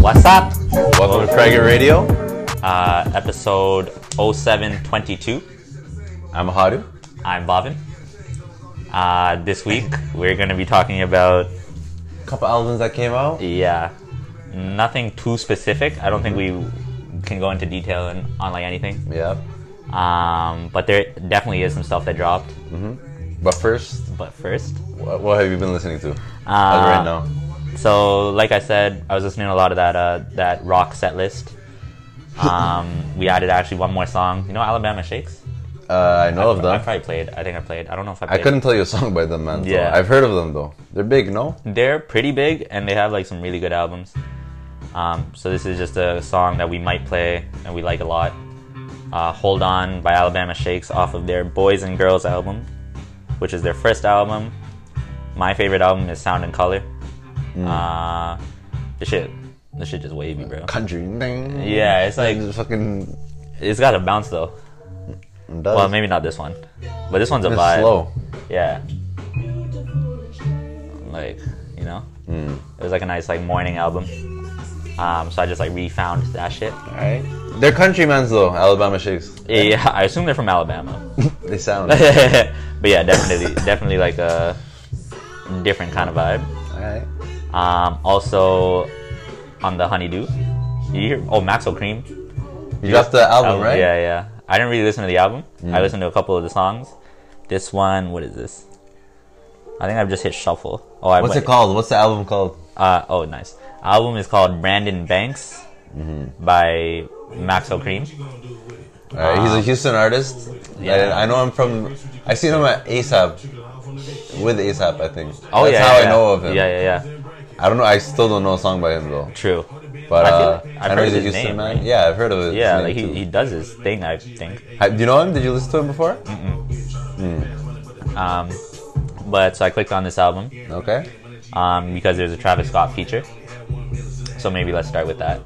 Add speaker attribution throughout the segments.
Speaker 1: What's up?
Speaker 2: Welcome to Prager Radio.
Speaker 1: Uh, episode 0722.
Speaker 2: I'm Haru.
Speaker 1: I'm Bhavin. Uh, this week we're going to be talking about,
Speaker 2: Couple albums that came out.
Speaker 1: yeah, nothing too specific. I don't think we can go into detail and on like anything.
Speaker 2: Yeah.
Speaker 1: Um, but there definitely is some stuff that dropped.
Speaker 2: But first,
Speaker 1: But first, uh,
Speaker 2: what, what have you been listening to? As of right now.
Speaker 1: so like I said, I was listening to a lot of that uh, that rock set list. Um, we added actually one more song. You know Alabama Shakes?
Speaker 2: Uh, I know of
Speaker 1: I
Speaker 2: them.
Speaker 1: probably played. I think I played. I don't know if I
Speaker 2: I
Speaker 1: played.
Speaker 2: couldn't tell you a song by them, man. so
Speaker 1: Yeah.
Speaker 2: I've heard of them though. They're big, no?
Speaker 1: They're pretty big and they have like some really good albums. Um, so this is just a song that we might play and we like a lot. Uh, Hold On by Alabama Shakes off of their Boys and Girls album, which is their first album. My favorite album is Sound and Color. Uh, the shit, the shit just wavy, bro.
Speaker 2: Country. Ding.
Speaker 1: Yeah, it's like
Speaker 2: Just fucking.
Speaker 1: it's got a bounce though.
Speaker 2: Does.
Speaker 1: Well, maybe not this one, but this one's a
Speaker 2: it's
Speaker 1: vibe.
Speaker 2: slow.
Speaker 1: Yeah. Like, you know?
Speaker 2: Hmm.
Speaker 1: It was like a nice like morning album. Um, so I just like refound that shit.
Speaker 2: Alright. They're countrymans though, Alabama Shakes.
Speaker 1: Yeah, I assume they're from Alabama.
Speaker 2: They sound.
Speaker 1: but yeah, definitely definitely like a different kind of vibe.
Speaker 2: Alright.
Speaker 1: Um, also on the honeydew. You hear oh Maxwell Cream.
Speaker 2: You got the album, right? Hmm.
Speaker 1: Yeah, yeah. I didn't really listen to the album. I listened to a couple of the songs. This one, what is this? I think I've just hit shuffle. Oh, I
Speaker 2: What's
Speaker 1: went-
Speaker 2: it called? What's the album called?
Speaker 1: Uh, oh, nice. Album is called Brandon Banks Mm-hmm. by Max O'Cream.
Speaker 2: Alright, he's a Houston artist.
Speaker 1: Yeah.
Speaker 2: I, I know him from. I seen him at ASAP. With ASAP, I think.
Speaker 1: Oh
Speaker 2: That's
Speaker 1: yeah, yeah,
Speaker 2: how I
Speaker 1: yeah.
Speaker 2: know of him.
Speaker 1: Yeah, yeah, yeah.
Speaker 2: I don't know. I still don't know a song by him though.
Speaker 1: True.
Speaker 2: But
Speaker 1: I feel
Speaker 2: uh,
Speaker 1: like I've
Speaker 2: I know
Speaker 1: heard
Speaker 2: he's a
Speaker 1: his
Speaker 2: Houston
Speaker 1: name,
Speaker 2: man.
Speaker 1: right?
Speaker 2: Yeah, I've heard of it.
Speaker 1: Yeah, like he, he does his thing. I think.
Speaker 2: do you know him? Did you listen to him before?
Speaker 1: Um, but so I clicked on this album
Speaker 2: Okay.
Speaker 1: um, because there's a Travis Scott feature. So maybe let's start with that.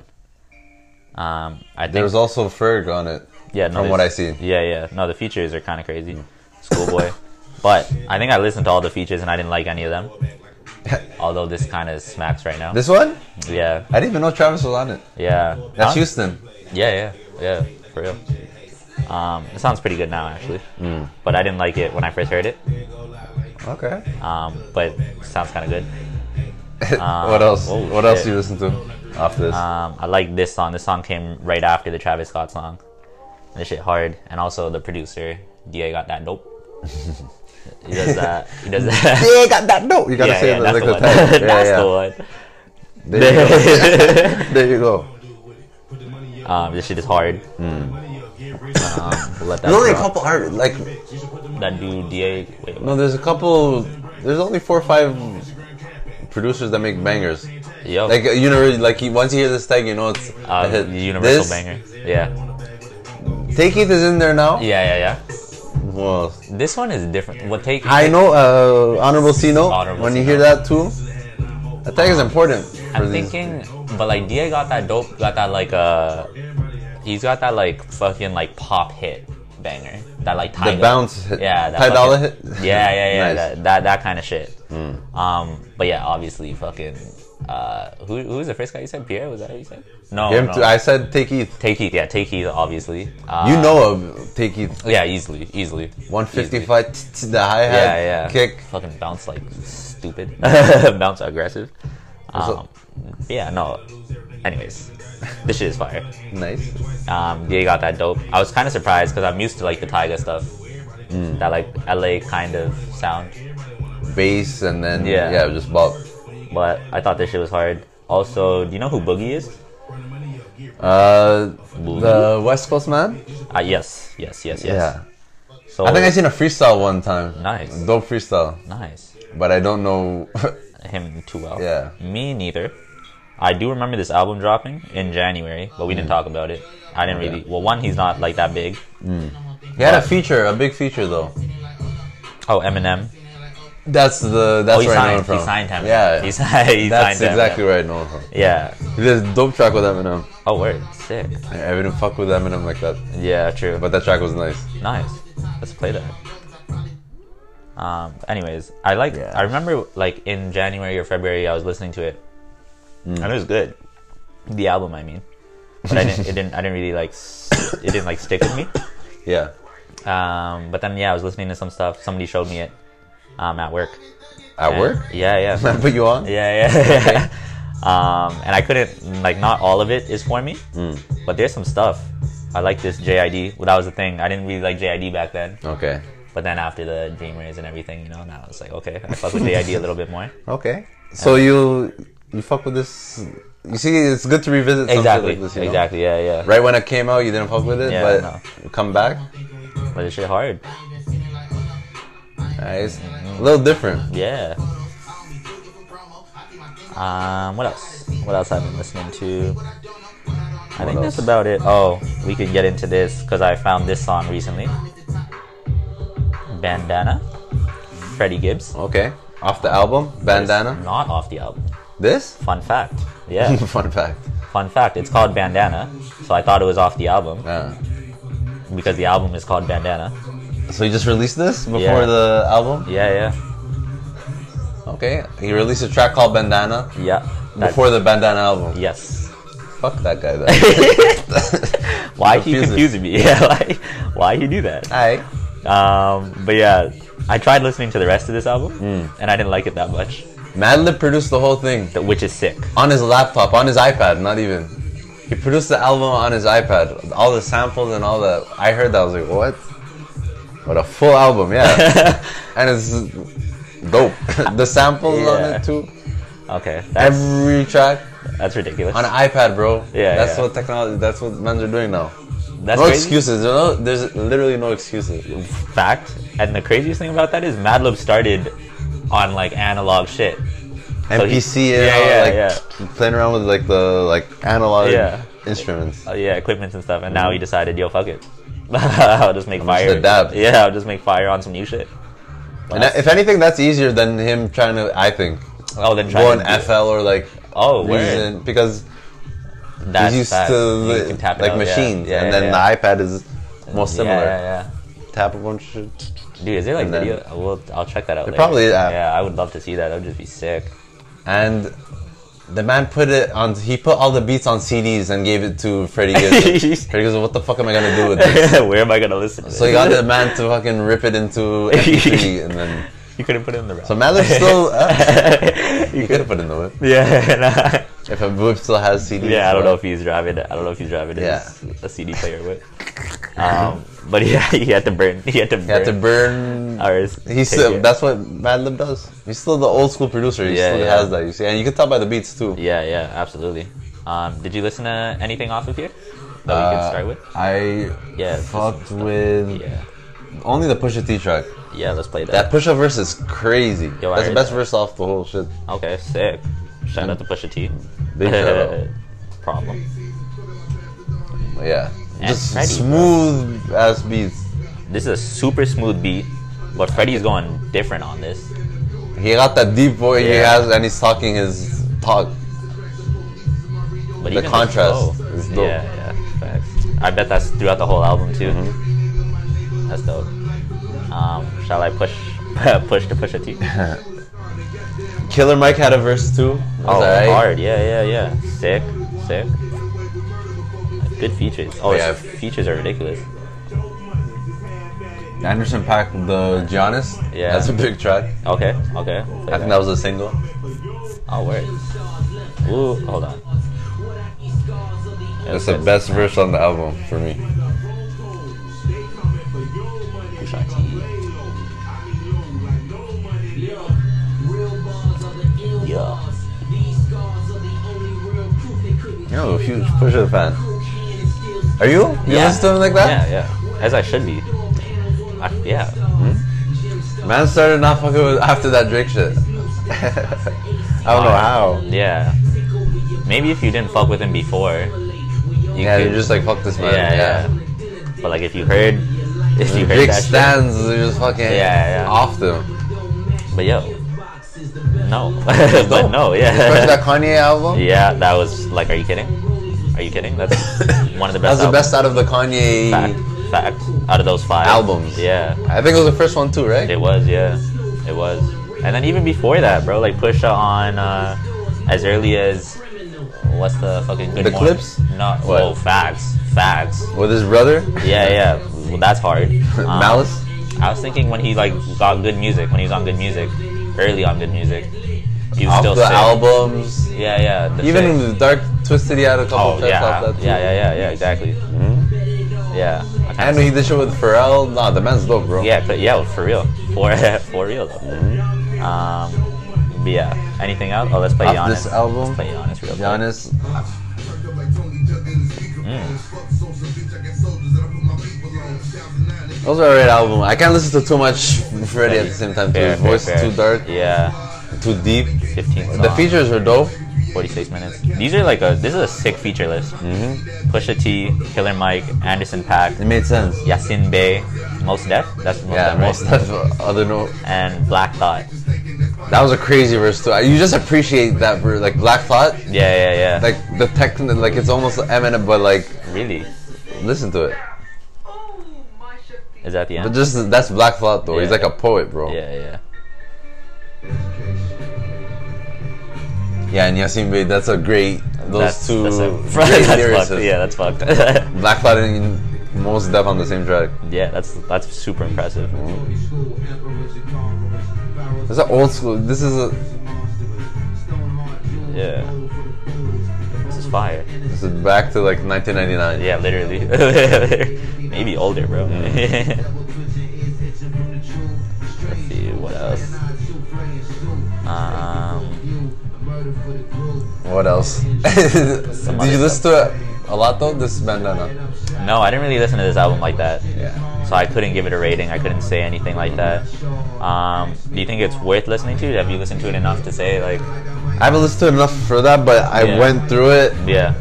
Speaker 1: Um, I think.
Speaker 2: There was also Ferg on it.
Speaker 1: yeah, no,
Speaker 2: from what I
Speaker 1: there's-
Speaker 2: see.
Speaker 1: Yeah, yeah. No, the features are kind of crazy. Schoolboy. but I think I listened to all the features and I didn't like any of them. Although this kind of smacks right now.
Speaker 2: This one?
Speaker 1: Yeah,
Speaker 2: I didn't even know Travis was on it.
Speaker 1: yeah.
Speaker 2: That's
Speaker 1: Huh?
Speaker 2: Houston.
Speaker 1: Yeah, yeah, yeah, for real. Um, it sounds pretty good now, actually.
Speaker 2: Mm.
Speaker 1: But I didn't like it when I first heard it.
Speaker 2: Okay.
Speaker 1: Um, but it sounds kind of good.
Speaker 2: what else?
Speaker 1: oh,
Speaker 2: what else
Speaker 1: shit.
Speaker 2: do you listen to after this?
Speaker 1: Um, I like this song. This song came right after the Travis Scott song. This shit hard, and also the producer Da got that dope. he does that. He does that.
Speaker 2: yeah, got that note. You gotta
Speaker 1: yeah,
Speaker 2: say
Speaker 1: yeah,
Speaker 2: the,
Speaker 1: that's the
Speaker 2: like the
Speaker 1: one.
Speaker 2: title. Yeah,
Speaker 1: that's
Speaker 2: yeah.
Speaker 1: the one.
Speaker 2: There you go. there you go.
Speaker 1: um, this shit is hard.
Speaker 2: Mm.
Speaker 1: Um, we'll let that,
Speaker 2: There's only a
Speaker 1: drop.
Speaker 2: couple art like
Speaker 1: that dude Da. Wait,
Speaker 2: no. There's a couple. There's only four or five producers that make bangers.
Speaker 1: yo,
Speaker 2: Like you know, like you, once you hear this tag, you know it's
Speaker 1: uh,
Speaker 2: a hit.
Speaker 1: universal
Speaker 2: This-
Speaker 1: banger. Yeah,
Speaker 2: Take it is in there now.
Speaker 1: yeah, yeah, yeah.
Speaker 2: Well,
Speaker 1: This one is different. What take?
Speaker 2: I know uh, honorable Sino.
Speaker 1: Honorable
Speaker 2: when you
Speaker 1: C
Speaker 2: hear
Speaker 1: note.
Speaker 2: that too, a tag is important. For
Speaker 1: I'm
Speaker 2: these.
Speaker 1: thinking, but like Da got that dope, got that like uh, he's got that like fucking like pop hit banger, that like
Speaker 2: the
Speaker 1: Ty
Speaker 2: bounce hit.
Speaker 1: yeah, that
Speaker 2: Ty
Speaker 1: fucking-
Speaker 2: Dolla hit.
Speaker 1: yeah, yeah, yeah,
Speaker 2: Nice. Mm.
Speaker 1: that, that that kind of shit. Um, but yeah, obviously fucking. Uh, who who was the first guy you said? Pierre was that who you said? No,
Speaker 2: Him
Speaker 1: no.
Speaker 2: too. I said take Heath.
Speaker 1: Take Heath, yeah, Take Heath, obviously. Uh,
Speaker 2: You know of take Heath.
Speaker 1: yeah, easily, easily.
Speaker 2: 155 t- t- the hi hat
Speaker 1: Yeah, yeah.
Speaker 2: Uh, kick.
Speaker 1: Fucking bounce like stupid. bounce aggressive. Um,
Speaker 2: So-
Speaker 1: yeah, no. Anyways, this shit is fire.
Speaker 2: Nice.
Speaker 1: Um, yeah, you got that dope. I was kind of surprised because I'm used to like the Tyga stuff,
Speaker 2: Mm.
Speaker 1: that like LA kind of sound.
Speaker 2: Bass and then yeah,
Speaker 1: Yeah.
Speaker 2: just bop.
Speaker 1: But I thought this shit was hard. Also, do you know who Boogie is?
Speaker 2: Uh, the West Coast man.
Speaker 1: Uh, yes, yes, yes, yes.
Speaker 2: Yeah.
Speaker 1: So
Speaker 2: I think I seen a freestyle one time.
Speaker 1: Nice.
Speaker 2: Dope freestyle,
Speaker 1: nice.
Speaker 2: but I don't know.
Speaker 1: him too well.
Speaker 2: Yeah.
Speaker 1: Me neither. I do remember this album dropping in January, but we didn't
Speaker 2: Hmm.
Speaker 1: talk about it. I didn't really. Well, one, he's not like that big.
Speaker 2: he had a feature, a big feature though.
Speaker 1: Oh, Eminem.
Speaker 2: That's the that's
Speaker 1: oh, he
Speaker 2: where I
Speaker 1: signed.
Speaker 2: know him from.
Speaker 1: He signed him.
Speaker 2: Yeah,
Speaker 1: He signed. He
Speaker 2: that's
Speaker 1: signed Eminem.
Speaker 2: exactly where I know him. from.
Speaker 1: Yeah.
Speaker 2: He did a dope track with Eminem.
Speaker 1: Oh, word. Sick.
Speaker 2: I didn't fuck with Eminem like that,
Speaker 1: Yeah. True.
Speaker 2: but that track was nice.
Speaker 1: nice. Let's play that. Um, anyways, I like.
Speaker 2: Yeah.
Speaker 1: I remember like in January or February, I was listening to it,
Speaker 2: Hmm.
Speaker 1: and it was good. The album, I mean, but I didn't. It didn't. I didn't really like. s- It didn't like stick with me.
Speaker 2: Yeah.
Speaker 1: Um, but then yeah, I was listening to some stuff. Somebody showed me it um, at work.
Speaker 2: At
Speaker 1: And-
Speaker 2: work?
Speaker 1: Yeah, yeah,
Speaker 2: I put you on?
Speaker 1: yeah, yeah. yeah. um, and I couldn't like. Not all of it is for me, but there's some stuff. I like this JID. Well, that was the thing. I didn't really like JID back then.
Speaker 2: Okay.
Speaker 1: But then after the Dreamers and everything, you know, now it's like, okay, I fuck with JID a little bit more.
Speaker 2: Okay. So you you fuck with this. You see, it's good to revisit something
Speaker 1: Exactly,
Speaker 2: like this. you know?
Speaker 1: exactly, yeah, yeah.
Speaker 2: Right when it came out, you didn't fuck with it,
Speaker 1: Yeah,
Speaker 2: but
Speaker 1: no.
Speaker 2: come back.
Speaker 1: But this shit hard.
Speaker 2: uh, it's a little different.
Speaker 1: Yeah. Um, what else? What else I've been listening to? I think that's about it. Oh, we could get into this because I found this song recently. Bandana, Freddie Gibbs.
Speaker 2: Okay. Off the album,
Speaker 1: It's
Speaker 2: Bandana.
Speaker 1: not off the album.
Speaker 2: This?
Speaker 1: Fun fact. Yeah.
Speaker 2: Fun fact.
Speaker 1: Fun fact. It's called Bandana, so I thought it was off the album
Speaker 2: Yeah.
Speaker 1: because the album is called Bandana.
Speaker 2: So you just released this before
Speaker 1: Yeah.
Speaker 2: the album?
Speaker 1: Yeah, yeah,
Speaker 2: Okay. He released a track called Bandana
Speaker 1: yeah. That's-
Speaker 2: before the Bandana album.
Speaker 1: Yes.
Speaker 2: Fuck that guy though.
Speaker 1: Why he confusing
Speaker 2: Confusing.
Speaker 1: me? Yeah, like why he do that?
Speaker 2: Alright.
Speaker 1: Um, but yeah, I tried listening to the rest of this album,
Speaker 2: Hmm.
Speaker 1: and I didn't like it that much,
Speaker 2: Madlib produced the whole thing
Speaker 1: th- which is sick.
Speaker 2: on his laptop, on his iPad, not even. He produced the album on his iPad. All the samples and all that. I heard that. I was like, what? What a full album, yeah. and it's dope. the samples on
Speaker 1: Yeah.
Speaker 2: it too.
Speaker 1: Okay, that's
Speaker 2: Every track
Speaker 1: that's ridiculous.
Speaker 2: on an iPad, bro.
Speaker 1: Yeah,
Speaker 2: That's
Speaker 1: yeah.
Speaker 2: what technology. That's what men are doing now.
Speaker 1: That's
Speaker 2: no
Speaker 1: crazy.
Speaker 2: excuses. There's, no, there's literally no excuses.
Speaker 1: fact. And the craziest thing about that is Madlib started on like analog shit.
Speaker 2: MPC
Speaker 1: he-
Speaker 2: and
Speaker 1: yeah,
Speaker 2: all,
Speaker 1: yeah,
Speaker 2: like
Speaker 1: yeah.
Speaker 2: playing around with like the like analog
Speaker 1: Yeah.
Speaker 2: instruments.
Speaker 1: Uh, yeah, equipment and stuff. And now he decided, yo, fuck it. I'll just make fire.
Speaker 2: adapt.
Speaker 1: Yeah, I'll just make fire on some new shit.
Speaker 2: And if anything, that's easier than him trying to. I think
Speaker 1: Oh, then try
Speaker 2: go
Speaker 1: to
Speaker 2: on
Speaker 1: do-
Speaker 2: FL or like
Speaker 1: Oh, word.
Speaker 2: Reason because
Speaker 1: That's
Speaker 2: he's used
Speaker 1: facts.
Speaker 2: to
Speaker 1: You
Speaker 2: the,
Speaker 1: can tap it
Speaker 2: like
Speaker 1: out, yeah.
Speaker 2: machines,
Speaker 1: Yeah,
Speaker 2: and
Speaker 1: yeah,
Speaker 2: then
Speaker 1: yeah.
Speaker 2: the iPad is more similar.
Speaker 1: Yeah, yeah,
Speaker 2: Tap a bunch of.
Speaker 1: yeah. Dude, is there like
Speaker 2: And then-
Speaker 1: video? Uh, Well, I'll check that out. Later.
Speaker 2: probably is, uh,
Speaker 1: yeah, I would love to see that. That would just be sick.
Speaker 2: and the man put it on. He put all the beats on CDs and gave it to Freddie Gibbs. Freddie Gibbs, what the fuck am I gonna do with this?
Speaker 1: Where am I gonna listen? To
Speaker 2: So he
Speaker 1: this?
Speaker 2: got the man to fucking rip it into MP3, and then
Speaker 1: You couldn't put it in the rap.
Speaker 2: so Madlib still. Uh,
Speaker 1: you
Speaker 2: he could have put it in the whip
Speaker 1: Yeah, nah.
Speaker 2: if a whip still has CDs.
Speaker 1: yeah. I don't
Speaker 2: but-
Speaker 1: know if he's driving. I don't know if he's driving his, a CD player with. Um, but yeah, he had to burn. He had to burn.
Speaker 2: He had to burn.
Speaker 1: Ours.
Speaker 2: He's still, that's what Madlib does. He's still the old school producer. He
Speaker 1: Yeah,
Speaker 2: still
Speaker 1: yeah.
Speaker 2: has that. You see, and you can tell by the beats too.
Speaker 1: Yeah, yeah, absolutely. Um, did you listen to anything off of here that we can
Speaker 2: Uh,
Speaker 1: start with?
Speaker 2: I
Speaker 1: Yeah, just
Speaker 2: fucked with
Speaker 1: Yeah,
Speaker 2: only the Pusha T track.
Speaker 1: yeah. Let's play that.
Speaker 2: That Pusha verse is crazy.
Speaker 1: Yo, I
Speaker 2: That's the
Speaker 1: heard
Speaker 2: best
Speaker 1: that.
Speaker 2: verse off the whole shit.
Speaker 1: Okay, sick. Shout out to Pusha T.
Speaker 2: Mm. Big shout out.
Speaker 1: Problem.
Speaker 2: But yeah,
Speaker 1: And
Speaker 2: just
Speaker 1: Freddie, bro.
Speaker 2: smooth ass beats.
Speaker 1: This is a super smooth beat, but Freddie's going different on this.
Speaker 2: He got that deep voice he
Speaker 1: Yeah.
Speaker 2: has, and he's talking his talk.
Speaker 1: But
Speaker 2: The
Speaker 1: even flow-
Speaker 2: contrast is dope.
Speaker 1: Yeah, yeah, facts. I bet that's throughout the whole album too.
Speaker 2: Mm-hmm.
Speaker 1: That's dope. Um, shall I push push to push a T?
Speaker 2: Killer Mike had a verse too. It was
Speaker 1: Oh,
Speaker 2: alright.
Speaker 1: hard. Yeah, yeah, yeah. Sick, sick. Good features. Oh,
Speaker 2: Yeah.
Speaker 1: yeah. features are ridiculous.
Speaker 2: Anderson Pack, the Giannis.
Speaker 1: Yeah.
Speaker 2: that's a big track.
Speaker 1: Okay, okay.
Speaker 2: I think that was a single.
Speaker 1: Oh, word. Ooh, hold on.
Speaker 2: That's the best verse on the album for me.
Speaker 1: Pusha T. Yeah.
Speaker 2: You're a huge Pusha fan. Are you? You
Speaker 1: Yeah.
Speaker 2: listen to him like that?
Speaker 1: Yeah, yeah. As I should be. I, yeah.
Speaker 2: Man started not fucking with after that Drake shit. I don't know how.
Speaker 1: Yeah. Maybe if you didn't fuck with him before, you
Speaker 2: Yeah,
Speaker 1: could.
Speaker 2: you're just like fuck this man.
Speaker 1: yeah, yeah, But like if you heard, if you heard
Speaker 2: Big
Speaker 1: that
Speaker 2: stands, they're just fucking
Speaker 1: Yeah, yeah.
Speaker 2: off them.
Speaker 1: shit, but yo, no, but no,
Speaker 2: Especially
Speaker 1: yeah,
Speaker 2: that Kanye album.
Speaker 1: yeah. That was like, are you kidding? Are you kidding? That's one of the
Speaker 2: That's
Speaker 1: best.
Speaker 2: the best out of the Kanye.
Speaker 1: albums. fact. Fact. Out of those five
Speaker 2: Albums.
Speaker 1: yeah,
Speaker 2: I think it was the first one too, right?
Speaker 1: it was. Yeah, It was. And then even before that, bro, like Pusha on uh, as early as what's the fucking good
Speaker 2: The
Speaker 1: morning?
Speaker 2: Clips?
Speaker 1: No,
Speaker 2: What?
Speaker 1: well, facts, facts.
Speaker 2: With his brother?
Speaker 1: Yeah, yeah. Well, that's hard. Um,
Speaker 2: Malice?
Speaker 1: I was thinking when he like got good music, when he was on good music, early on good music, he was
Speaker 2: Off
Speaker 1: still
Speaker 2: the
Speaker 1: sick.
Speaker 2: albums.
Speaker 1: Yeah, yeah. the
Speaker 2: Even
Speaker 1: sick.
Speaker 2: in the dark twisted he had a couple
Speaker 1: oh
Speaker 2: tracks off
Speaker 1: yeah,
Speaker 2: that too.
Speaker 1: yeah, yeah, yeah, yeah, exactly.
Speaker 2: Hmm?
Speaker 1: Yeah, I kinda
Speaker 2: And he did shit with Pharrell. Nah, the man's dope, bro.
Speaker 1: Yeah, but yeah, for real, for for real though.
Speaker 2: Mm-hmm.
Speaker 1: Um, but yeah. Anything else? Oh, let's play
Speaker 2: Off
Speaker 1: Giannis.
Speaker 2: this album,
Speaker 1: let's play Giannis real quick.
Speaker 2: Giannis.
Speaker 1: Mm.
Speaker 2: That was a great album. I can't listen to too much Freddy at the same time. Too.
Speaker 1: Fair,
Speaker 2: His voice
Speaker 1: fair, fair.
Speaker 2: too dark,
Speaker 1: Yeah,
Speaker 2: too deep.
Speaker 1: 15 songs,
Speaker 2: The features are dope.
Speaker 1: 46 minutes. These are like a this is a sick feature list. Mm-hmm. Pusha T, Killer Mike, Anderson Pack,
Speaker 2: It made sense.
Speaker 1: Yasin Bey, Most Def. That's Most
Speaker 2: Yeah,
Speaker 1: Def, right?
Speaker 2: most of other note.
Speaker 1: And Black Thought.
Speaker 2: That was a crazy verse too. You just appreciate that, bro. Like Black Thought,
Speaker 1: Yeah, yeah, yeah.
Speaker 2: like the tech, like it's almost eminent, but like
Speaker 1: really?
Speaker 2: listen to it.
Speaker 1: Is that the end?
Speaker 2: But just that's Black Thought though. He's
Speaker 1: Yeah.
Speaker 2: like a poet, bro.
Speaker 1: yeah, yeah.
Speaker 2: Yeah, and Yasin Bey, that's a great. Those
Speaker 1: That's,
Speaker 2: two
Speaker 1: that's, a,
Speaker 2: great
Speaker 1: that's fucked.
Speaker 2: lyricists.
Speaker 1: Yeah, that's fucked.
Speaker 2: Black Thought and Most Def on the same track.
Speaker 1: yeah, that's that's super impressive.
Speaker 2: That's an old school. This is a
Speaker 1: Yeah. This is fire.
Speaker 2: this is back to like 1999.
Speaker 1: Yeah, literally. Maybe older, bro.
Speaker 3: Let's see what else. Um,
Speaker 2: What else? Did you
Speaker 1: other
Speaker 2: listen to it a lot though? This bandana.
Speaker 1: no, I didn't really listen to this album like that.
Speaker 2: Yeah.
Speaker 1: So I couldn't give it a rating. I couldn't say anything like that. Um, do you think it's worth listening to? Have you listened to it enough to say like,
Speaker 2: I haven't listened to it enough for that, but I
Speaker 1: Yeah.
Speaker 2: went through it.
Speaker 1: yeah,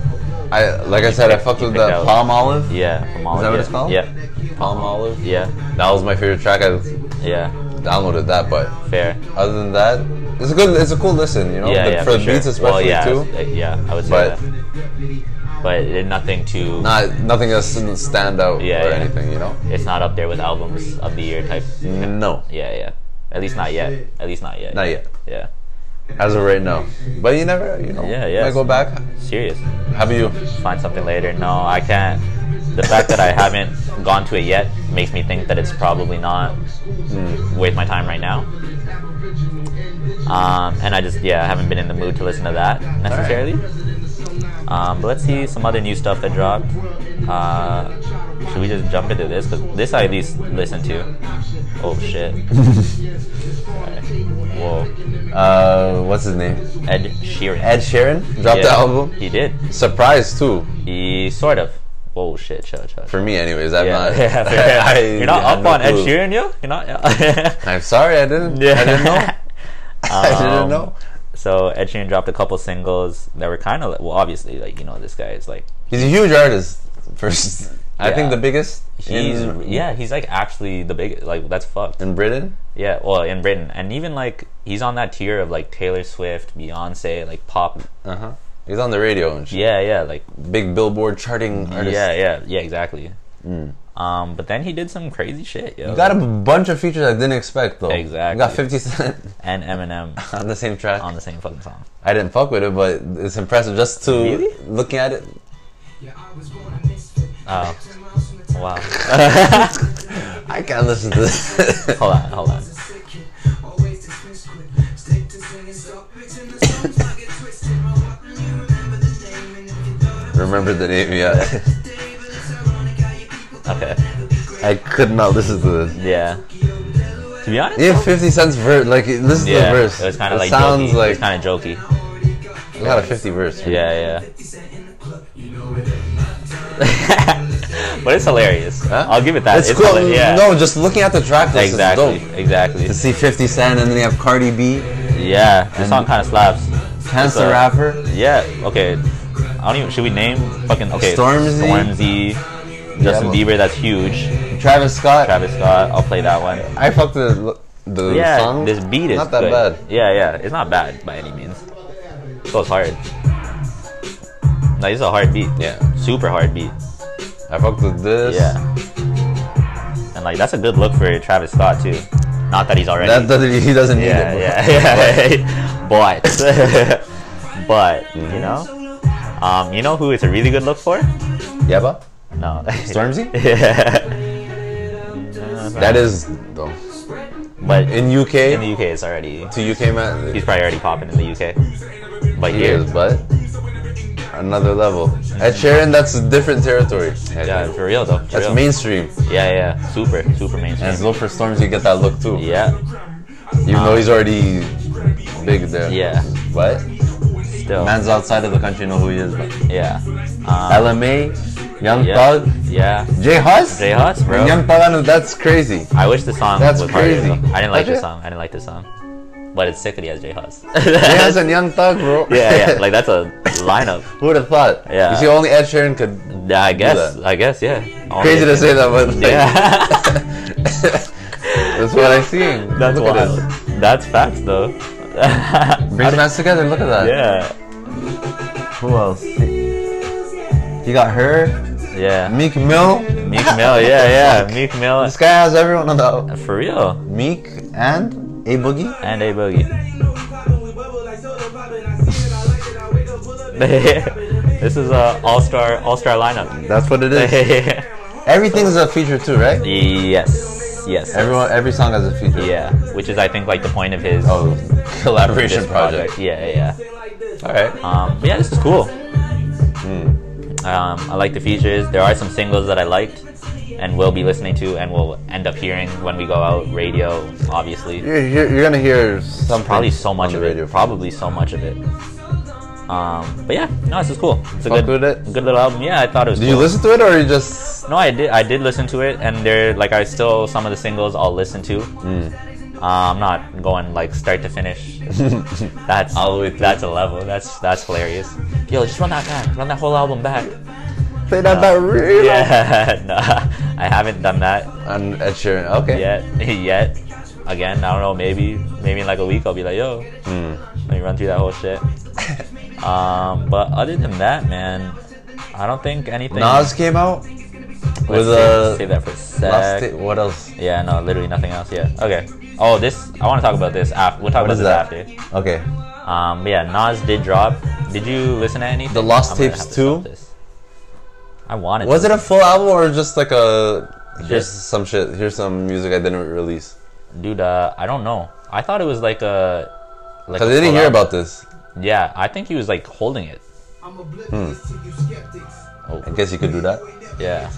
Speaker 2: I like I said, I fucked
Speaker 1: You
Speaker 2: with
Speaker 1: picked
Speaker 2: that
Speaker 1: out-
Speaker 2: palm olive.
Speaker 1: yeah, from all
Speaker 2: Is that
Speaker 1: yeah.
Speaker 2: what it's called?
Speaker 1: Yeah,
Speaker 2: Palm olive.
Speaker 1: yeah,
Speaker 2: That was my favorite track. I
Speaker 1: yeah.
Speaker 2: downloaded that, but
Speaker 1: Fair.
Speaker 2: other than that, it's a good, it's a cool listen. You know,
Speaker 1: Yeah,
Speaker 2: The-
Speaker 1: yeah,
Speaker 2: Oh, for,
Speaker 1: for
Speaker 2: the
Speaker 1: sure.
Speaker 2: beats
Speaker 1: well,
Speaker 2: especially
Speaker 1: yeah,
Speaker 2: too.
Speaker 1: uh, yeah, I would say
Speaker 2: But-
Speaker 1: that. But it- nothing too.
Speaker 2: Not nothing that's stand out
Speaker 1: Yeah,
Speaker 2: or
Speaker 1: yeah.
Speaker 2: anything. You know.
Speaker 1: It's not up there with albums of the year type.
Speaker 2: No,
Speaker 1: Yeah, yeah. At least not yet. At least not yet.
Speaker 2: Mm. not yet.
Speaker 1: Yeah.
Speaker 2: As of right now, but you never, you know.
Speaker 1: Yeah, yeah.
Speaker 2: Might go back.
Speaker 1: Serious.
Speaker 2: How about you?
Speaker 1: Find something later. No, I can't. The fact that I haven't gone to it yet makes me think that it's probably not worth my time right now. Um, and I just yeah, I haven't been in the mood to listen to that necessarily. Um, but let's see some other new stuff that dropped. Uh, should we just jump into this? 'Cause this I at least listened to. Oh shit. Alright. Whoa.
Speaker 2: Uh, what's his name?
Speaker 1: Ed Sheeran.
Speaker 2: Ed Sheeran dropped
Speaker 1: Yeah,
Speaker 2: the album.
Speaker 1: He did.
Speaker 2: Surprise too,
Speaker 1: He sort of. Whoa, shit, chill, chill. chill.
Speaker 2: for me, anyways. I'm
Speaker 1: Yeah,
Speaker 2: not.
Speaker 1: yeah, fair.
Speaker 2: I-
Speaker 1: You're not
Speaker 2: I have
Speaker 1: up
Speaker 2: no
Speaker 1: on Ed
Speaker 2: clue.
Speaker 1: Sheeran, yo? You're not.
Speaker 2: I'm sorry, I didn't. I didn't know. I didn't
Speaker 1: Um,
Speaker 2: know.
Speaker 1: So Ed Sheeran dropped a couple singles that were kind of well, obviously, like you know, this guy is like
Speaker 2: He's a huge artist. First, I think
Speaker 1: Yeah.
Speaker 2: the biggest
Speaker 1: he's
Speaker 2: in,
Speaker 1: yeah, he's like actually the big like that's fucked.
Speaker 2: in Britain.
Speaker 1: Yeah, well, in Britain and even like he's on that tier of like Taylor Swift, Beyonce, like pop.
Speaker 2: Uh huh. He's on the radio and shit.
Speaker 1: Yeah, yeah, like
Speaker 2: Big Billboard charting artist. Mm.
Speaker 1: yeah, yeah, yeah, exactly. Um, but then he did some crazy shit, yo.
Speaker 2: You got a bunch of features I didn't expect though.
Speaker 1: Exactly. Um,
Speaker 2: You got 50 Cent
Speaker 1: and Eminem
Speaker 2: on the same track.
Speaker 1: on the same fucking song.
Speaker 2: I didn't fuck with it, but it's impressive just to
Speaker 1: Really?
Speaker 2: looking at it.
Speaker 1: Oh, wow.
Speaker 2: I can't listen to this.
Speaker 1: Hold on, hold on.
Speaker 2: Remember the name, yeah.
Speaker 1: Okay.
Speaker 2: I could not listen to this.
Speaker 1: Yeah. To be honest,
Speaker 2: Yeah, 50 Cent's verse, like, listen to
Speaker 1: yeah,
Speaker 2: the verse.
Speaker 1: it was kind of like
Speaker 2: sounds
Speaker 1: jokey.
Speaker 2: like
Speaker 1: it was kind of jokey.
Speaker 2: we got a 50 verse.
Speaker 1: Yeah, yeah. but it's hilarious.
Speaker 2: Huh?
Speaker 1: I'll give it that.
Speaker 2: It's, cool.
Speaker 1: hilarious, yeah.
Speaker 2: No, just looking at the track list
Speaker 1: exactly,
Speaker 2: is dope.
Speaker 1: exactly.
Speaker 2: To see 50 Cent and then you have Cardi B,
Speaker 1: Yeah, the song kind of slaps.
Speaker 2: Chance
Speaker 1: It's
Speaker 2: the
Speaker 1: a-
Speaker 2: Rapper.
Speaker 1: Yeah. Okay. I don't even. Should we name fucking okay?
Speaker 2: Stormzy.
Speaker 1: Stormzy, Justin
Speaker 2: but-
Speaker 1: Bieber. That's huge.
Speaker 2: Travis Scott.
Speaker 1: Travis Scott. I'll play that one.
Speaker 2: I fucked the the
Speaker 1: yeah,
Speaker 2: song.
Speaker 1: this beat is
Speaker 2: not that
Speaker 1: good.
Speaker 2: bad.
Speaker 1: Yeah, yeah, it's not bad by any means. So it's hard. Like it's a hard beat.
Speaker 2: Yeah.
Speaker 1: super hard beat.
Speaker 2: I fucked with this.
Speaker 1: Yeah, and like that's a good look for Travis Scott too. Not that he's already.
Speaker 2: That doesn't, he doesn't need
Speaker 1: yeah,
Speaker 2: it. bro.
Speaker 1: yeah, yeah. but, but you
Speaker 2: Mm-hmm.
Speaker 1: know, um, you know who it's a really good look for?
Speaker 2: Yeah, but
Speaker 1: No,
Speaker 2: Stormzy?
Speaker 1: yeah,
Speaker 2: That is though.
Speaker 1: but in,
Speaker 2: In UK,
Speaker 1: the UK, it's already.
Speaker 2: to UK man,
Speaker 1: He's probably already popping in the UK. But
Speaker 2: he
Speaker 1: here,
Speaker 2: is, but another level. Ed Sheeran, that's a different territory.
Speaker 1: yeah, for real though. For
Speaker 2: that's
Speaker 1: real.
Speaker 2: mainstream.
Speaker 1: Yeah, yeah, super, super mainstream.
Speaker 2: And slow for storms, you get that look too.
Speaker 1: Yeah,
Speaker 2: Even though he's already big there.
Speaker 1: Yeah.
Speaker 2: But
Speaker 1: still.
Speaker 2: man's outside of the country know who he is. But
Speaker 1: Yeah. Um,
Speaker 2: LMA, Young
Speaker 1: Uh-huh. yeah.
Speaker 2: Thug,
Speaker 1: Yeah.
Speaker 2: Jay Huss.
Speaker 1: Jay Huss, bro.
Speaker 2: Young Thug, on- that's crazy.
Speaker 1: I wish the song
Speaker 2: That's
Speaker 1: was harder.
Speaker 2: crazy.
Speaker 1: though. I didn't like
Speaker 2: How'd you-
Speaker 1: this song. I didn't like this song. But it's sick that he has Jay Huss.
Speaker 2: Jay Huss and Young Thug, bro.
Speaker 1: yeah, yeah. Like that's a lineup.
Speaker 2: who would have thought?
Speaker 1: Yeah.
Speaker 2: You see, only Ed Sheeran could.
Speaker 1: Yeah, I guess.
Speaker 2: that.
Speaker 1: I guess. Yeah. Only
Speaker 2: Crazy to
Speaker 1: if-
Speaker 2: say that, but like,
Speaker 1: Yeah.
Speaker 2: that's what I see.
Speaker 1: that's
Speaker 2: Look at
Speaker 1: wild.
Speaker 2: this.
Speaker 1: That's facts, though.
Speaker 2: Brings us together. Look at that.
Speaker 1: yeah.
Speaker 2: Who else? You got her,
Speaker 1: Yeah.
Speaker 2: Meek Mill.
Speaker 1: Meek Mill. Yeah, yeah. Meek Mill.
Speaker 2: This guy has everyone on the
Speaker 1: For real.
Speaker 2: Meek and A Boogie.
Speaker 1: And a boogie. this is a all-star, all-star lineup.
Speaker 2: That's what it is.
Speaker 1: yes.
Speaker 2: Everything's a feature too, right?
Speaker 1: Yes. yes.
Speaker 2: Everyone, every song has a feature.
Speaker 1: Yeah, which is I think like the point of his
Speaker 2: Oh, collaboration
Speaker 1: this
Speaker 2: project.
Speaker 1: Yeah, yeah.
Speaker 2: All right. Hmm.
Speaker 1: Um, but yeah, this is cool. Um, I like the features. There are some singles that I liked and will be listening to and will end up hearing when we go out radio. Obviously,
Speaker 2: You're, you're, you're gonna hear some
Speaker 1: probably so much
Speaker 2: on the
Speaker 1: of
Speaker 2: radio.
Speaker 1: it. Probably so much of it. Um, but yeah, no, this is cool. It's a
Speaker 2: Fuck
Speaker 1: good,
Speaker 2: with it?
Speaker 1: good little album. Yeah, I thought it was.
Speaker 2: Did
Speaker 1: cool.
Speaker 2: you listen to it or you just?
Speaker 1: No, I did. I did listen to it, and there, like, I still some of the singles I'll listen to.
Speaker 2: Mm.
Speaker 1: Uh, I'm not going like start to finish. that's
Speaker 2: All the way through.
Speaker 1: that's a level. That's that's hilarious. Yo, just run that back. Run that whole album back.
Speaker 2: Play that that real.
Speaker 1: Uh, Yeah, nah, I haven't done that
Speaker 2: And Ed Sheeran. Okay.
Speaker 1: yet. yet. Again, I don't know. Maybe maybe in like a week I'll be like, yo,
Speaker 2: Hmm.
Speaker 1: let me run through that whole shit. um, but other than that, man, I don't think anything.
Speaker 2: Nas came out
Speaker 1: Let's
Speaker 2: with
Speaker 1: save, save
Speaker 2: a.
Speaker 1: that for a sec.
Speaker 2: Last day- what else?
Speaker 1: Yeah, no, literally nothing else. Yeah. Okay. Oh, this. I want to talk about this after. We'll talk
Speaker 2: What
Speaker 1: about
Speaker 2: is
Speaker 1: this
Speaker 2: that?
Speaker 1: after.
Speaker 2: Okay.
Speaker 1: Um. Yeah. Nas did drop. Did you listen to anything?
Speaker 2: The Lost
Speaker 1: I'm gonna
Speaker 2: Tapes
Speaker 1: have to
Speaker 2: 2?
Speaker 1: stop this. I wanted.
Speaker 2: Was
Speaker 1: to.
Speaker 2: it a full album or just like a here's
Speaker 1: Just-
Speaker 2: some shit, here's some music I didn't release?
Speaker 1: dude? Uh, I don't know. I thought it was like a. Like
Speaker 2: Cause
Speaker 1: a
Speaker 2: I didn't
Speaker 1: full
Speaker 2: hear
Speaker 1: album.
Speaker 2: about this.
Speaker 1: Yeah, I think he was like holding it.
Speaker 3: I'm oblivious to you skeptics.
Speaker 1: Oh.
Speaker 2: I guess you could do that.
Speaker 1: Hmm. Yeah.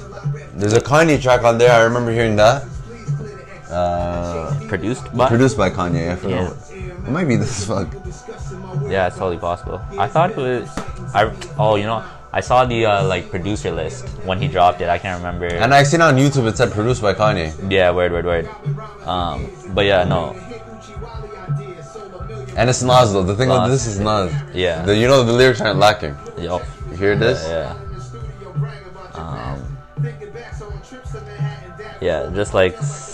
Speaker 2: There's a Kanye track on there. I remember hearing that.
Speaker 3: Please clear the exit.
Speaker 2: Uh,
Speaker 1: Produced by.
Speaker 2: produced by Kanye. I forgot.
Speaker 1: Yeah.
Speaker 2: What. It might be this fuck.
Speaker 3: Discussing my work.
Speaker 1: Yeah, it's totally possible. I thought it was. I. Oh, you know. I saw the uh, like producer list when he dropped it. I can't remember.
Speaker 2: And I seen on YouTube it said produced by Kanye.
Speaker 1: yeah. Word. Word. Word. Um. But yeah. No.
Speaker 3: Hit Gucci Wally idea, sold a million.
Speaker 2: And it's Nas though. The thing with
Speaker 1: Nas.
Speaker 2: this is Nas.
Speaker 1: Yeah.
Speaker 2: The, you know the lyrics aren't lacking.
Speaker 1: Yo.
Speaker 2: You hear this?
Speaker 1: Yeah. Um,
Speaker 3: in the studio, brag about your past. Thinking back, so on trips to Manhattan, that
Speaker 1: Yeah, just like s-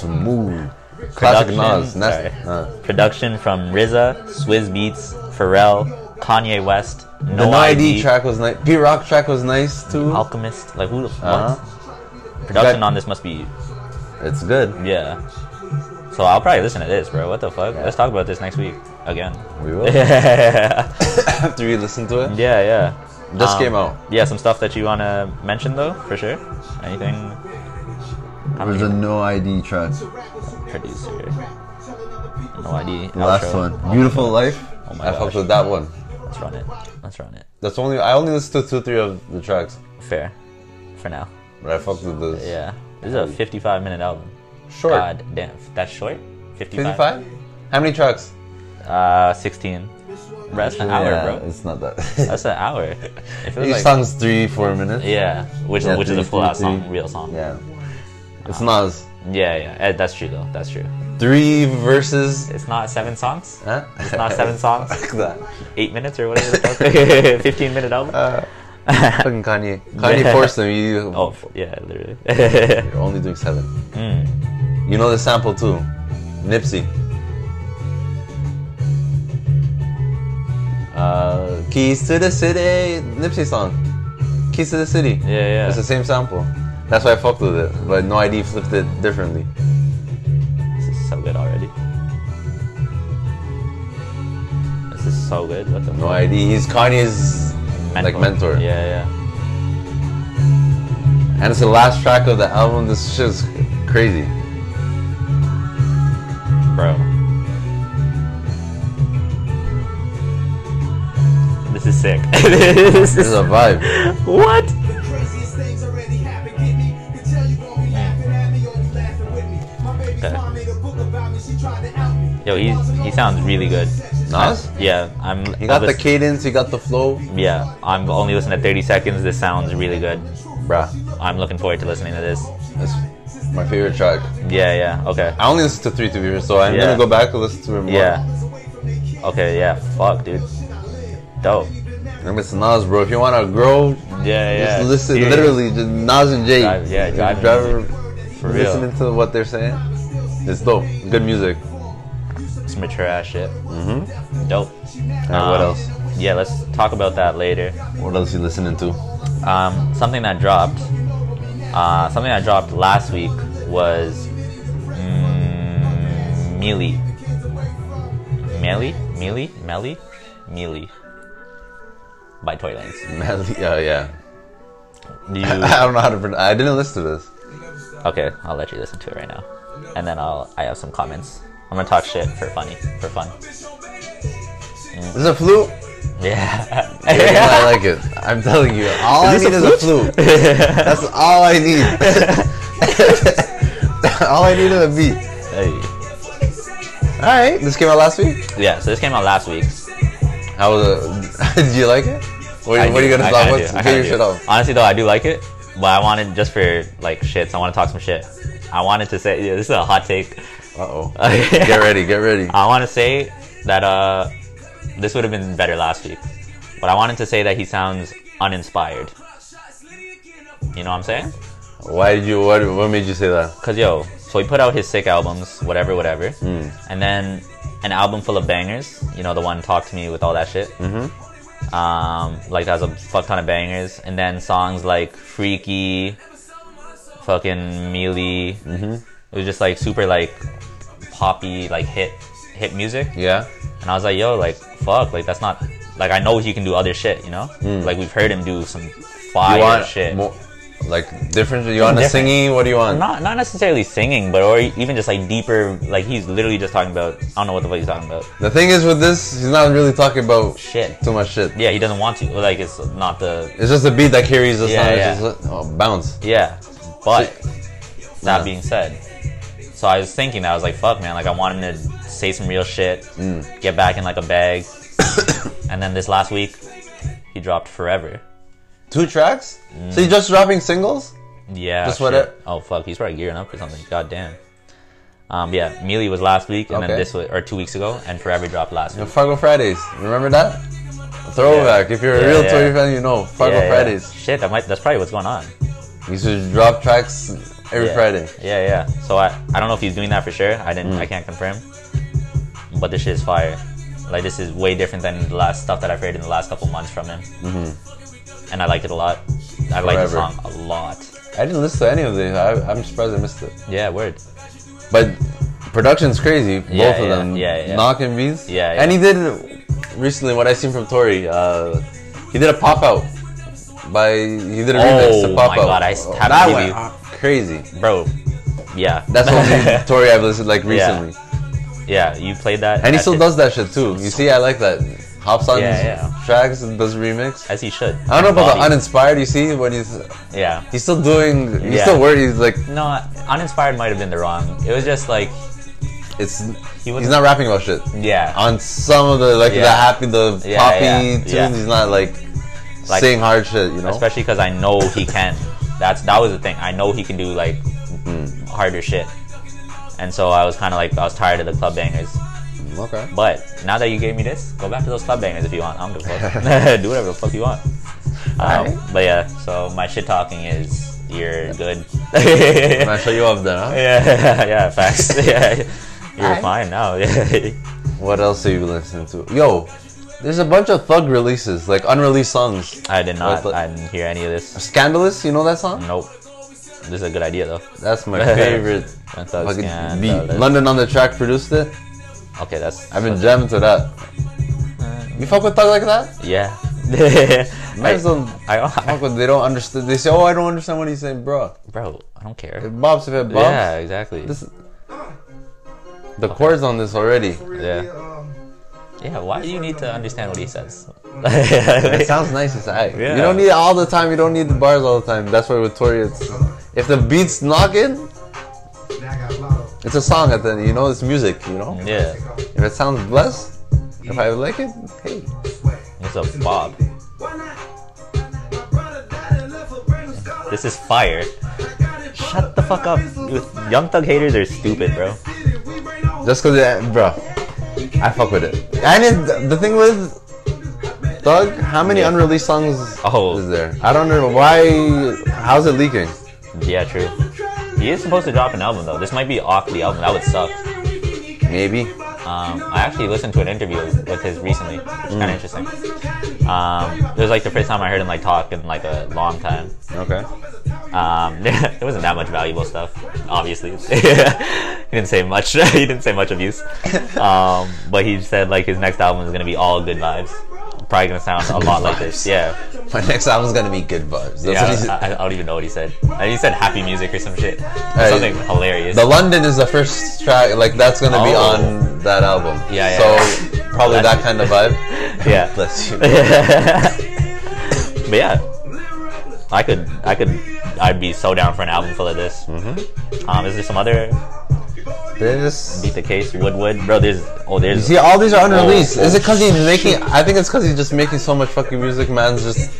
Speaker 2: Smooth. Classic
Speaker 1: Production.
Speaker 2: Nas. Nasty.
Speaker 1: Sorry.
Speaker 2: Uh,
Speaker 1: production from RZA, Swizz Beats, Pharrell, Kanye West,
Speaker 2: the
Speaker 1: No,
Speaker 2: No
Speaker 1: ID,
Speaker 2: ID track was nice. P Rock track was nice too.
Speaker 1: Alchemist. Like who? the
Speaker 2: Uh-huh.
Speaker 1: What? Production
Speaker 2: That-
Speaker 1: on this must be
Speaker 2: It's good.
Speaker 1: yeah. So I'll probably listen to this, bro. What the fuck? Let's talk about this next week again.
Speaker 2: We will.
Speaker 1: yeah,
Speaker 2: After we listen to it.
Speaker 1: yeah.
Speaker 2: This
Speaker 1: Um,
Speaker 2: came out.
Speaker 1: Yeah, some stuff that you wanna mention though, for sure. Anything
Speaker 2: There's a no ID track.
Speaker 1: producer? No ID.
Speaker 2: Last
Speaker 1: outro.
Speaker 2: one. Beautiful life.
Speaker 1: Oh my
Speaker 2: I fucked
Speaker 1: gosh.
Speaker 2: with that one.
Speaker 1: Let's run it. Let's run it.
Speaker 2: That's only I only listened to two three of the tracks.
Speaker 1: Fair, for now.
Speaker 2: But I fucked with this.
Speaker 1: Yeah. This is a 55 minute album.
Speaker 2: Short.
Speaker 1: God damn. That's short? 55?
Speaker 2: 55? How many tracks?
Speaker 1: Uh, 16. That's an hour,
Speaker 2: yeah,
Speaker 1: bro.
Speaker 2: It's not that.
Speaker 1: That's an hour. It feels
Speaker 2: Each
Speaker 1: like-
Speaker 2: song's three, four minutes.
Speaker 1: yeah, which,
Speaker 2: Yeah,
Speaker 1: which is a
Speaker 2: three,
Speaker 1: full out
Speaker 2: three,
Speaker 1: song,
Speaker 2: three.
Speaker 1: real song. Yeah,
Speaker 2: Yeah. It's not as-
Speaker 1: yeah, Eh, that's true though. That's true.
Speaker 2: three verses.
Speaker 1: It's not seven songs,
Speaker 2: Huh? It's
Speaker 1: not seven songs.
Speaker 2: Fuck that.
Speaker 1: eight minutes or whatever. the fuck. 15 minute album.
Speaker 2: Uh, Fucking Kanye. Kanye
Speaker 1: Yeah.
Speaker 2: forced him. You,
Speaker 1: oh, f- yeah, literally.
Speaker 2: You're only doing seven. You know the sample too. Nipsey. Uh, Keys to the City. Nipsey song. Keys to the City.
Speaker 1: yeah, yeah.
Speaker 2: It's the same sample. That's why I fucked with it. But No ID flipped it differently.
Speaker 1: so good. What the
Speaker 2: No
Speaker 1: fuck?
Speaker 2: ID. He's Kanye's like mentor.
Speaker 1: Yeah, yeah.
Speaker 2: And it's the last track of the album. This shit's crazy.
Speaker 1: Bro. This is sick. this
Speaker 2: This is
Speaker 1: is
Speaker 2: a vibe.
Speaker 1: what?
Speaker 3: The craziest things already happened. Get me. Can tell you gon' be laughing at me or you laughing with me. My baby's
Speaker 1: Hmm. Okay.
Speaker 3: mom made a book about me. She tried to out me.
Speaker 1: Yo, he's- he sounds really good.
Speaker 2: Nas?
Speaker 1: Yeah, I'm.
Speaker 2: He got
Speaker 1: I
Speaker 2: the
Speaker 1: was-
Speaker 2: cadence. He got the flow.
Speaker 1: Yeah, I'm only listening to 30 seconds. This sounds really good.
Speaker 2: Bruh.
Speaker 1: I'm looking forward to listening to this.
Speaker 2: That's my favorite track.
Speaker 1: Yeah, yeah. Okay.
Speaker 2: I only listen to three to be fair, so I'm
Speaker 1: Yeah.
Speaker 2: gonna go back and listen to it more.
Speaker 1: Yeah. Okay. Yeah. Fuck, dude. Dope.
Speaker 2: And it's Nas, bro. If you wanna grow,
Speaker 1: Yeah, yeah.
Speaker 2: just listen.
Speaker 1: Serious.
Speaker 2: Literally, just Nas and Jay.
Speaker 1: Drive- yeah, drive music. For real.
Speaker 2: listening to what they're saying. It's dope. Good music.
Speaker 1: Some mature ass shit. Mm-hmm. Dope. Um,
Speaker 2: And what else?
Speaker 1: Yeah, let's talk about that later.
Speaker 2: What else you listening to?
Speaker 1: Um, something that dropped. Uh, something that dropped last week was mm, Mealy. Mealy? Mealy? Mealy? Mealy. By Toylands.
Speaker 2: Madly, oh yeah.
Speaker 1: Do
Speaker 2: I
Speaker 1: you,
Speaker 2: don't know how to. Pronounce. I didn't listen to this.
Speaker 1: okay, I'll let you listen to it right now, and then I'll I have some comments. I'm gonna talk shit for funny, for fun.
Speaker 2: This is a flute.
Speaker 1: Yeah.
Speaker 2: I like it. I'm telling you, all
Speaker 1: Is
Speaker 2: I
Speaker 1: this
Speaker 2: need
Speaker 1: a
Speaker 2: is a flute. That's all I need. all I need is a beat.
Speaker 1: Hey.
Speaker 2: All right, this came out last week.
Speaker 1: Yeah. So this came out last week.
Speaker 2: How was it? Did you like it? What,
Speaker 1: I
Speaker 2: what are
Speaker 1: do.
Speaker 2: you gonna
Speaker 1: I
Speaker 2: talk?
Speaker 1: kinda
Speaker 2: What's
Speaker 1: do. I
Speaker 2: get your
Speaker 1: kinda
Speaker 2: shit
Speaker 1: do.
Speaker 2: off?
Speaker 1: Honestly, though, I do like it, but I wanted just for like shits. I want to talk some shit. I wanted to say yeah, this is a hot take.
Speaker 2: Uh oh. Get ready. Get ready.
Speaker 1: I want to say that uh, this would have been better last week, but I wanted to say that he sounds uninspired. You know what I'm saying?
Speaker 2: Why did you? What? What made you say that?
Speaker 1: Cause yo, so he put out his sick albums, whatever, whatever, and then an album full of bangers. You know, the one "Talk to Me" with all that shit. Mm-hmm. Um, like that was a fuck ton of bangers, and then songs like "Freaky," fucking "Mealy." Mm-hmm. It was just like super like poppy, like hit hit music,
Speaker 2: Yeah.
Speaker 1: and I was like, yo, like fuck, like that's not like I know he can do other shit, you know? Like we've heard him do some fire
Speaker 2: You want
Speaker 1: shit.
Speaker 2: More, like different? You want a
Speaker 1: Different.
Speaker 2: singing? What do you want?
Speaker 1: not not necessarily singing, but or even just like deeper. Like he's literally just talking about. I don't know what the fuck he's talking about.
Speaker 2: The thing is with this, he's not really talking about
Speaker 1: Shit.
Speaker 2: too much shit.
Speaker 1: Yeah, he doesn't want to. Like it's not the.
Speaker 2: It's just a beat that carries the
Speaker 1: Yeah,
Speaker 2: song.
Speaker 1: yeah.
Speaker 2: It's just, oh, bounce.
Speaker 1: Yeah, but that
Speaker 2: Yeah.
Speaker 1: being said, so I was thinking that I was like, fuck, man. Like I want him to say some real shit,
Speaker 2: Mm.
Speaker 1: get back in like a bag, and then this last week, he dropped forever.
Speaker 2: Two tracks?
Speaker 1: Mm.
Speaker 2: So you just dropping singles?
Speaker 1: Yeah.
Speaker 2: Just what
Speaker 1: shit.
Speaker 2: it-
Speaker 1: Oh fuck, he's probably gearing up for something. God damn. Um, yeah, Mealy was last week, and then
Speaker 2: Okay.
Speaker 1: this was, or two weeks ago, and Forever dropped last
Speaker 2: The
Speaker 1: week.
Speaker 2: Fargo Fridays. Remember that? Throwback. If you're a
Speaker 1: Yeah,
Speaker 2: real
Speaker 1: yeah.
Speaker 2: Tory fan, you know Fargo
Speaker 1: Yeah, yeah.
Speaker 2: Fridays.
Speaker 1: Shit, that might, that's probably what's going on.
Speaker 2: You should drop tracks every
Speaker 1: yeah.
Speaker 2: Friday.
Speaker 1: Yeah, yeah. So I, I don't know if he's doing that for sure. I didn't
Speaker 2: Mm.
Speaker 1: I can't confirm. But this shit is fire. Like this is way different than the last stuff that I've heard in the last couple months from him. And I like it a lot. I like the
Speaker 2: Mm-hmm. Forever.
Speaker 1: song a lot.
Speaker 2: I didn't listen to any of these. I, I'm surprised I missed it.
Speaker 1: Yeah, word.
Speaker 2: But production's crazy.
Speaker 1: Yeah,
Speaker 2: both of
Speaker 1: yeah,
Speaker 2: them.
Speaker 1: yeah, yeah.
Speaker 2: Knock and beats.
Speaker 1: Yeah, yeah.
Speaker 2: And he did recently what I seen from Tori. Uh, he did a pop out by he did a remix
Speaker 1: Oh
Speaker 2: to pop
Speaker 1: my
Speaker 2: out.
Speaker 1: God, I s- have
Speaker 2: that
Speaker 1: to give
Speaker 2: went
Speaker 1: you-
Speaker 2: off crazy.
Speaker 1: Bro. Yeah.
Speaker 2: That's only Tori I've listened like recently,
Speaker 1: yeah, you played that.
Speaker 2: and he
Speaker 1: that
Speaker 2: still
Speaker 1: shit-
Speaker 2: does that shit too. You see, I like that. Hops on
Speaker 1: Yeah,
Speaker 2: his
Speaker 1: yeah.
Speaker 2: tracks and does remix.
Speaker 1: as he should.
Speaker 2: I don't know about
Speaker 1: Bobby.
Speaker 2: the uninspired. You see, when he's
Speaker 1: Yeah.
Speaker 2: he's still doing, he's
Speaker 1: Yeah.
Speaker 2: still worried. He's like,
Speaker 1: No, uninspired might have been the wrong. It was just like
Speaker 2: it's he's
Speaker 1: wasn't-
Speaker 2: not rapping about shit.
Speaker 1: yeah.
Speaker 2: on some of the like the
Speaker 1: Yeah.
Speaker 2: happy the
Speaker 1: Yeah,
Speaker 2: poppy
Speaker 1: yeah,
Speaker 2: tunes
Speaker 1: yeah.
Speaker 2: he's not like,
Speaker 1: Like-
Speaker 2: saying hard shit you know
Speaker 1: especially because I know he can. That's that was the thing. I know he can do like
Speaker 2: Mm.
Speaker 1: harder shit, and so I was kind of like I was tired of the club bangers.
Speaker 2: okay
Speaker 1: But now that you gave me this, go back to those club bangers if you want. I'm gonna fuck. do whatever the fuck you want. Um,
Speaker 2: Alright.
Speaker 1: but yeah, so my shit talking is you're good.
Speaker 2: can I show you off then huh?
Speaker 1: yeah, yeah, facts. Yeah, you're fine
Speaker 2: Alright.
Speaker 1: now. Yeah,
Speaker 2: what else are you listening to yo there's a bunch of thug releases like unreleased songs
Speaker 1: I did not.
Speaker 2: What's the-
Speaker 1: I didn't hear any of this.
Speaker 2: scandalous you know that song
Speaker 1: Nope. This is a good idea though.
Speaker 2: that's my favorite
Speaker 1: That's a
Speaker 2: fucking beat
Speaker 1: scandalous.
Speaker 2: London on the track produced it
Speaker 1: Okay, that's
Speaker 2: I've been jamming to that You fuck with Thug like that?
Speaker 1: Yeah. I,
Speaker 2: Man's don't
Speaker 1: I, I,
Speaker 2: fuck with. They don't understand. They say, "Oh, I don't understand what he's saying, bro."
Speaker 1: bro, I don't care.
Speaker 2: It bobs if it bobs.
Speaker 1: Yeah, exactly.
Speaker 2: This, the chords on this already.
Speaker 1: Yeah. Yeah, why do you need to understand what he says?
Speaker 2: It sounds nice as I.
Speaker 1: Yeah.
Speaker 2: You don't need it all the time. You don't need the bars all the time. That's why with Tori, it's if the beat's knocking, it's a song at the end. You know, it's music. You know,
Speaker 1: yeah,
Speaker 2: if it sounds blessed, if I like it, hey,
Speaker 1: it's a bop. This is fire. Shut the fuck up. You- Young Thug haters are stupid, bro.
Speaker 2: just cause it, bro, I fuck with it. And it, the thing with Thug, how many
Speaker 1: Yeah.
Speaker 2: unreleased songs
Speaker 1: Oh.
Speaker 2: is there? I don't know why. How's it leaking?
Speaker 1: Yeah, true. He is supposed to drop an album though. This might be off the album. That would suck.
Speaker 2: Maybe.
Speaker 1: Um, I actually listened to an interview with his recently. It's kind of interesting. Um, it was like the first time I heard him like talk in like a long time.
Speaker 2: Okay.
Speaker 1: Um, there wasn't that much valuable stuff, obviously. he didn't say much. he didn't say much abuse. Um, but he said like his next album is gonna be all good vibes. Probably gonna sound a lot like this.
Speaker 2: vibes.
Speaker 1: Yeah.
Speaker 2: My next album's gonna be good vibes. That's what he
Speaker 1: Yeah,
Speaker 2: said.
Speaker 1: I, I don't even know what he said. I, he said happy music or some shit.
Speaker 2: Hey.
Speaker 1: Something hilarious.
Speaker 2: The London is the first track, like that's gonna be
Speaker 1: Oh.
Speaker 2: on that album.
Speaker 1: Yeah, yeah,
Speaker 2: So probably
Speaker 1: Bless
Speaker 2: that kind of vibe.
Speaker 1: yeah.
Speaker 2: Bless you.
Speaker 1: but yeah, I could, I could, I'd be so down for an album full of this. Mm-hmm. Um, is there some other
Speaker 2: This.
Speaker 1: beat the case Woodwood, bro? There's oh,
Speaker 2: You
Speaker 1: there's
Speaker 2: see, all these are unreleased.
Speaker 1: Oh,
Speaker 2: Is
Speaker 1: oh,
Speaker 2: it because he's making? I think it's because he's just making so much fucking music. Man's just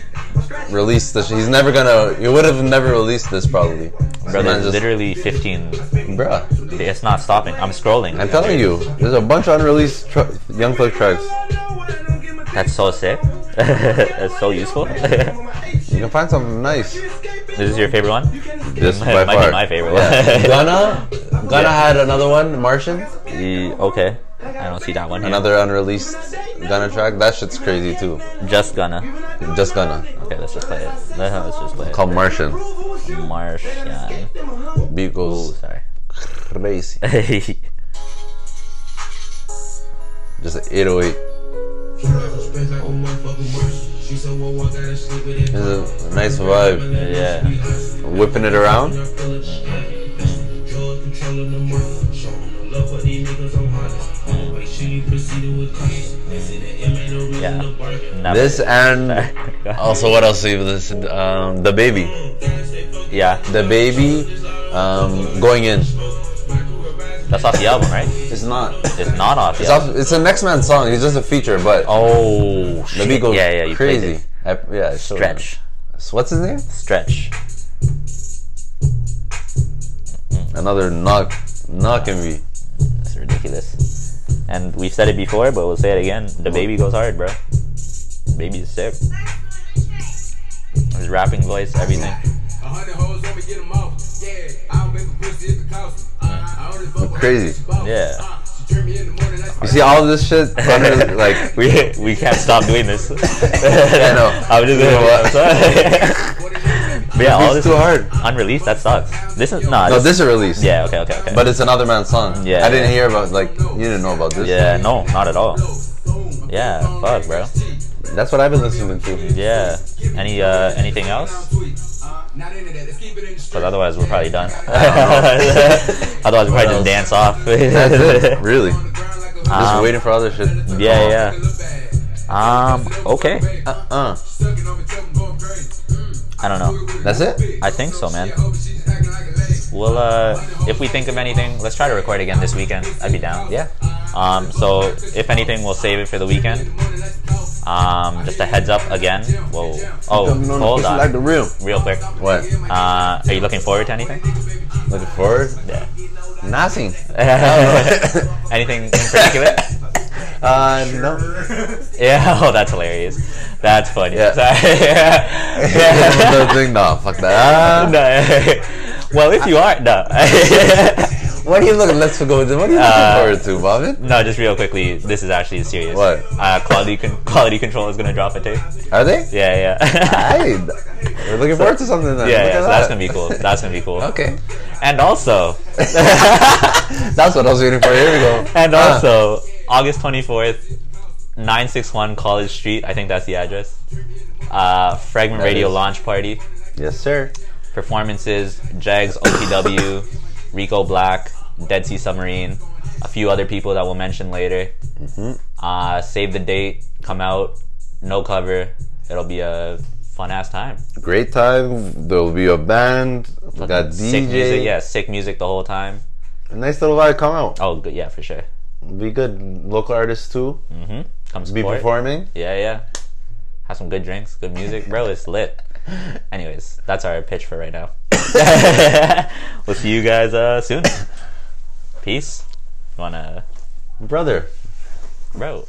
Speaker 2: released this. He's never gonna. He would have never released this probably.
Speaker 1: bro,
Speaker 2: So
Speaker 1: there's
Speaker 2: man's just,
Speaker 1: literally 15.
Speaker 2: bruh.
Speaker 1: It's not stopping. I'm scrolling.
Speaker 2: I'm telling you, there's a bunch of unreleased tr- Young Thug tracks.
Speaker 1: That's so sick. That's so useful. this
Speaker 2: You can find something nice.
Speaker 1: is your favorite one?
Speaker 2: This
Speaker 1: Might-
Speaker 2: by
Speaker 1: might be
Speaker 2: far.
Speaker 1: my favorite
Speaker 2: Yeah.
Speaker 1: one.
Speaker 2: Ghana, Ghana
Speaker 1: Yeah.
Speaker 2: had another one, Martian.
Speaker 1: E- okay. I don't see that one. Here.
Speaker 2: Another unreleased Gunna track. That shit's crazy too.
Speaker 1: Just gonna.
Speaker 2: Just Gunna.
Speaker 1: Okay, let's just play it. Let's just play it.
Speaker 2: Called Martian.
Speaker 1: Martian.
Speaker 2: Beat
Speaker 1: Ooh,
Speaker 2: goes
Speaker 1: sorry.
Speaker 2: crazy.
Speaker 1: oh,
Speaker 2: Just oh an 808. It's a nice vibe.
Speaker 1: Yeah.
Speaker 2: Whipping it around.
Speaker 1: Yeah. Not
Speaker 2: This
Speaker 1: bad.
Speaker 2: and also what else do you listen? Um, the baby.
Speaker 1: yeah,
Speaker 2: The baby. Um, going in.
Speaker 1: that's off the album, right?
Speaker 2: It's not.
Speaker 1: It's not off.
Speaker 2: It's,
Speaker 1: the
Speaker 2: off, it's a next man song. It's just a feature, but
Speaker 1: album. Oh,
Speaker 2: the
Speaker 1: shit.
Speaker 2: beat goes
Speaker 1: yeah, yeah, you played
Speaker 2: crazy.
Speaker 1: it.
Speaker 2: I, yeah, I showed him.
Speaker 1: Stretch,
Speaker 2: What's his name?
Speaker 1: stretch.
Speaker 2: Another knock, knock and beat.
Speaker 1: It's ridiculous. And we've said it before, but we'll say it again. The baby goes hard, bro. Baby is sick. His rapping voice, everything.
Speaker 2: Crazy.
Speaker 1: Yeah.
Speaker 2: You see all this shit under, like
Speaker 1: we we can't stop doing this.
Speaker 2: I know.
Speaker 1: I'm just
Speaker 2: You know what?
Speaker 1: gonna. but yeah, all this
Speaker 2: It's too hard.
Speaker 1: unreleased. That sucks. This is not.
Speaker 2: No, this is released.
Speaker 1: Yeah. Okay. Okay. Okay.
Speaker 2: But it's another man's song.
Speaker 1: Yeah.
Speaker 2: I didn't hear about like you didn't know about this.
Speaker 1: yeah. No. Not at all. Yeah. Fuck, bro.
Speaker 2: That's what I've been listening to.
Speaker 1: Yeah. Any uh anything else? Because otherwise we're probably done. otherwise we probably just
Speaker 2: else?
Speaker 1: dance off.
Speaker 2: That's it. Really. Just
Speaker 1: Um,
Speaker 2: waiting for other shit.
Speaker 1: Yeah. Yeah. Um. Okay.
Speaker 2: Uh. uh
Speaker 1: I don't know.
Speaker 2: That's it.
Speaker 1: I think so, man. We'll uh, if we think of anything, let's try to record again this weekend. I'd be down.
Speaker 2: Yeah.
Speaker 1: Um, so if anything, we'll save it for the weekend. Um, just a heads up again. Whoa. Oh,
Speaker 2: Coming on the
Speaker 1: hold
Speaker 2: push Like the
Speaker 1: on,
Speaker 2: real.
Speaker 1: real quick.
Speaker 2: What?
Speaker 1: Uh, are you looking forward to anything?
Speaker 2: Looking forward?
Speaker 1: Yeah.
Speaker 2: Nothing.
Speaker 1: anything in particular?
Speaker 2: Uh no.
Speaker 1: yeah. Oh, that's hilarious. That's funny.
Speaker 2: Yeah.
Speaker 1: Sorry.
Speaker 2: Another thing. No, fuck that.
Speaker 1: No. well, if you are no.
Speaker 2: What are you looking? Let's go. to- What are you looking
Speaker 1: Uh,
Speaker 2: forward to, Bobbin?
Speaker 1: No, just real quickly. This is actually serious.
Speaker 2: What?
Speaker 1: Uh, quality con- quality control is gonna drop a tape.
Speaker 2: Are they?
Speaker 1: Yeah, yeah.
Speaker 2: Hey, we're looking forward to something. Then.
Speaker 1: yeah, yeah.
Speaker 2: Look at
Speaker 1: So
Speaker 2: that.
Speaker 1: that's gonna be cool. That's gonna be cool.
Speaker 2: Okay,
Speaker 1: And also,
Speaker 2: that's what I was waiting for. Here we go.
Speaker 1: and
Speaker 2: Ah,
Speaker 1: also, August twenty fourth. 961 College Street. I think that's the address. Uh, Fragment
Speaker 2: That
Speaker 1: Radio
Speaker 2: is.
Speaker 1: Launch Party.
Speaker 2: Yes, sir.
Speaker 1: Performances Jags, OTW, Rico Black, Dead Sea Submarine, a few other people that we'll mention later.
Speaker 2: Mm-hmm.
Speaker 1: Uh, save the date, come out, no cover. It'll be a fun ass time.
Speaker 2: Great time. There will be a band. We got
Speaker 1: Sick music,
Speaker 2: DJ.
Speaker 1: yeah, sick music the whole time.
Speaker 2: A nice little vibe. Come out.
Speaker 1: Oh, good, yeah, for sure. Mm-hmm.
Speaker 2: Be good. Local artists too.
Speaker 1: Come
Speaker 2: Be
Speaker 1: support.
Speaker 2: performing.
Speaker 1: Yeah, yeah. Have some good drinks, good music, bro. It's lit. Anyways, that's our pitch for right now. we'll see you guys uh, soon. Peace. Wanna,
Speaker 2: Brother.
Speaker 1: bro.